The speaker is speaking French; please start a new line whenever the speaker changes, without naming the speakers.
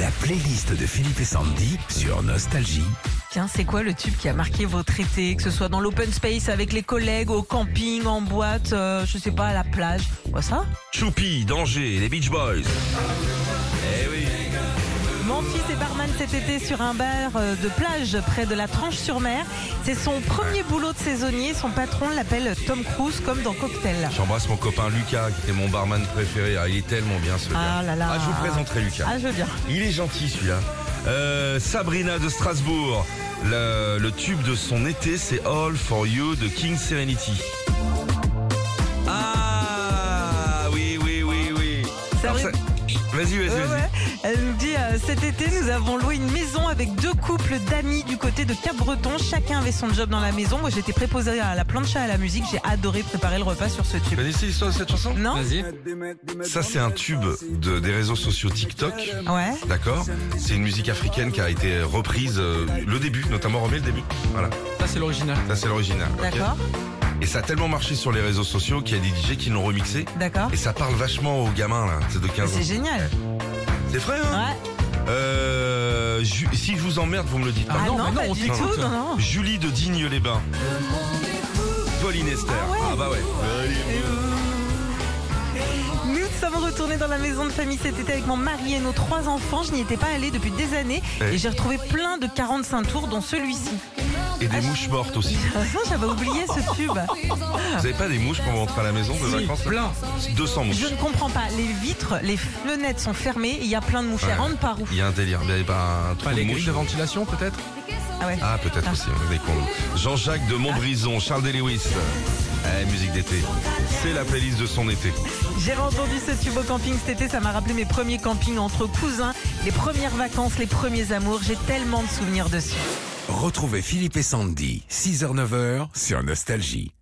La playlist de Philippe et Sandy sur Nostalgie.
Tiens, c'est quoi le tube qui a marqué votre été Que ce soit dans l'open space avec les collègues, au camping, en boîte, euh, je sais pas, à la plage. Quoi ça
Choupi, Danger, les Beach Boys. Eh oui.
Mon fils est barman cet été sur un bar euh, de plage près de la Tranche-sur-Mer. C'est son premier boulot de saisonnier. Son patron l'appelle Tom Cruise comme dans Cocktail.
J'embrasse mon copain Lucas, qui était mon barman préféré. Ah, il est tellement bien ce gars.
Ah là là.
je vous présenterai Lucas.
Ah, je veux bien.
Il est gentil celui-là. Euh, Sabrina de Strasbourg. Le, le tube de son été, c'est All for You de King Serenity. Ah oui, oui, oui, oui.
Ça
Alors,
arrive-
ça- Vas-y, vas-y,
Ouais,
vas-y.
ouais. Elle nous dit euh, cet été nous avons loué une maison avec deux couples d'amis du côté de Cap Breton. Chacun avait son job dans la maison. Moi j'étais préposée à la plancha à la musique. J'ai adoré préparer le repas sur ce
Tu
tube.
connaissais l'histoire de cette chanson
Non
Ça, c'est un tube de, des réseaux sociaux TikTok.
Ouais.
D'accord C'est une musique africaine qui a été reprise euh, le début, notamment remet le début. Voilà,
Ça, c'est l'original.
ça c'est l'original. ok
D'accord.
et ça a tellement marché sur les réseaux sociaux qu'il y a des DJ qui l'ont remixé.
D'accord.
Et ça parle vachement aux gamins là, c'est de
Mais
15 ans.
C'est génial.
C'est vrai hein
Ouais.
Euh, Ju- Si je vous emmerde, vous me le dites pas.
Ah
non,
non,
mais non,
pas
on
du
t'écoute.
tout, non, non.
Julie de Digne-les-Bains. Pauline Esther.
Ah ouais.
bah ouais.
Nous sommes retournés dans la maison de famille cet été avec mon mari et nos trois enfants. Je n'y étais pas allée depuis des années
Eh.
et j'ai retrouvé plein de 45 tours, dont celui-ci.
Et des mouches mortes aussi.
Ah, ça, J'avais oublié ce tube.
Vous avez pas des mouches quand vous rentrez à la maison de
Si,
vacances là
plein.
200 mouches.
Je ne comprends pas. Les vitres, les fenêtres sont fermées. Il y a plein de mouches.
Ouais.
Elles rentrent par où
Il y a un délire. Il y avait pas un trou
Pas
de
les
mouche.
grilles de ventilation, peut-être
Ah ouais.
Ah, peut-être
Ah.
aussi, on est des cons. Jean-Jacques de Montbrison, Charles de Lewis. Eh, musique d'été. C'est la playlist de son été.
J'ai entendu ce tube au camping cet été. Ça m'a rappelé mes premiers campings entre cousins, les premières vacances, les premiers amours. J'ai tellement de souvenirs dessus.
Retrouvez Philippe et Sandy, 6h-9h sur Nostalgie.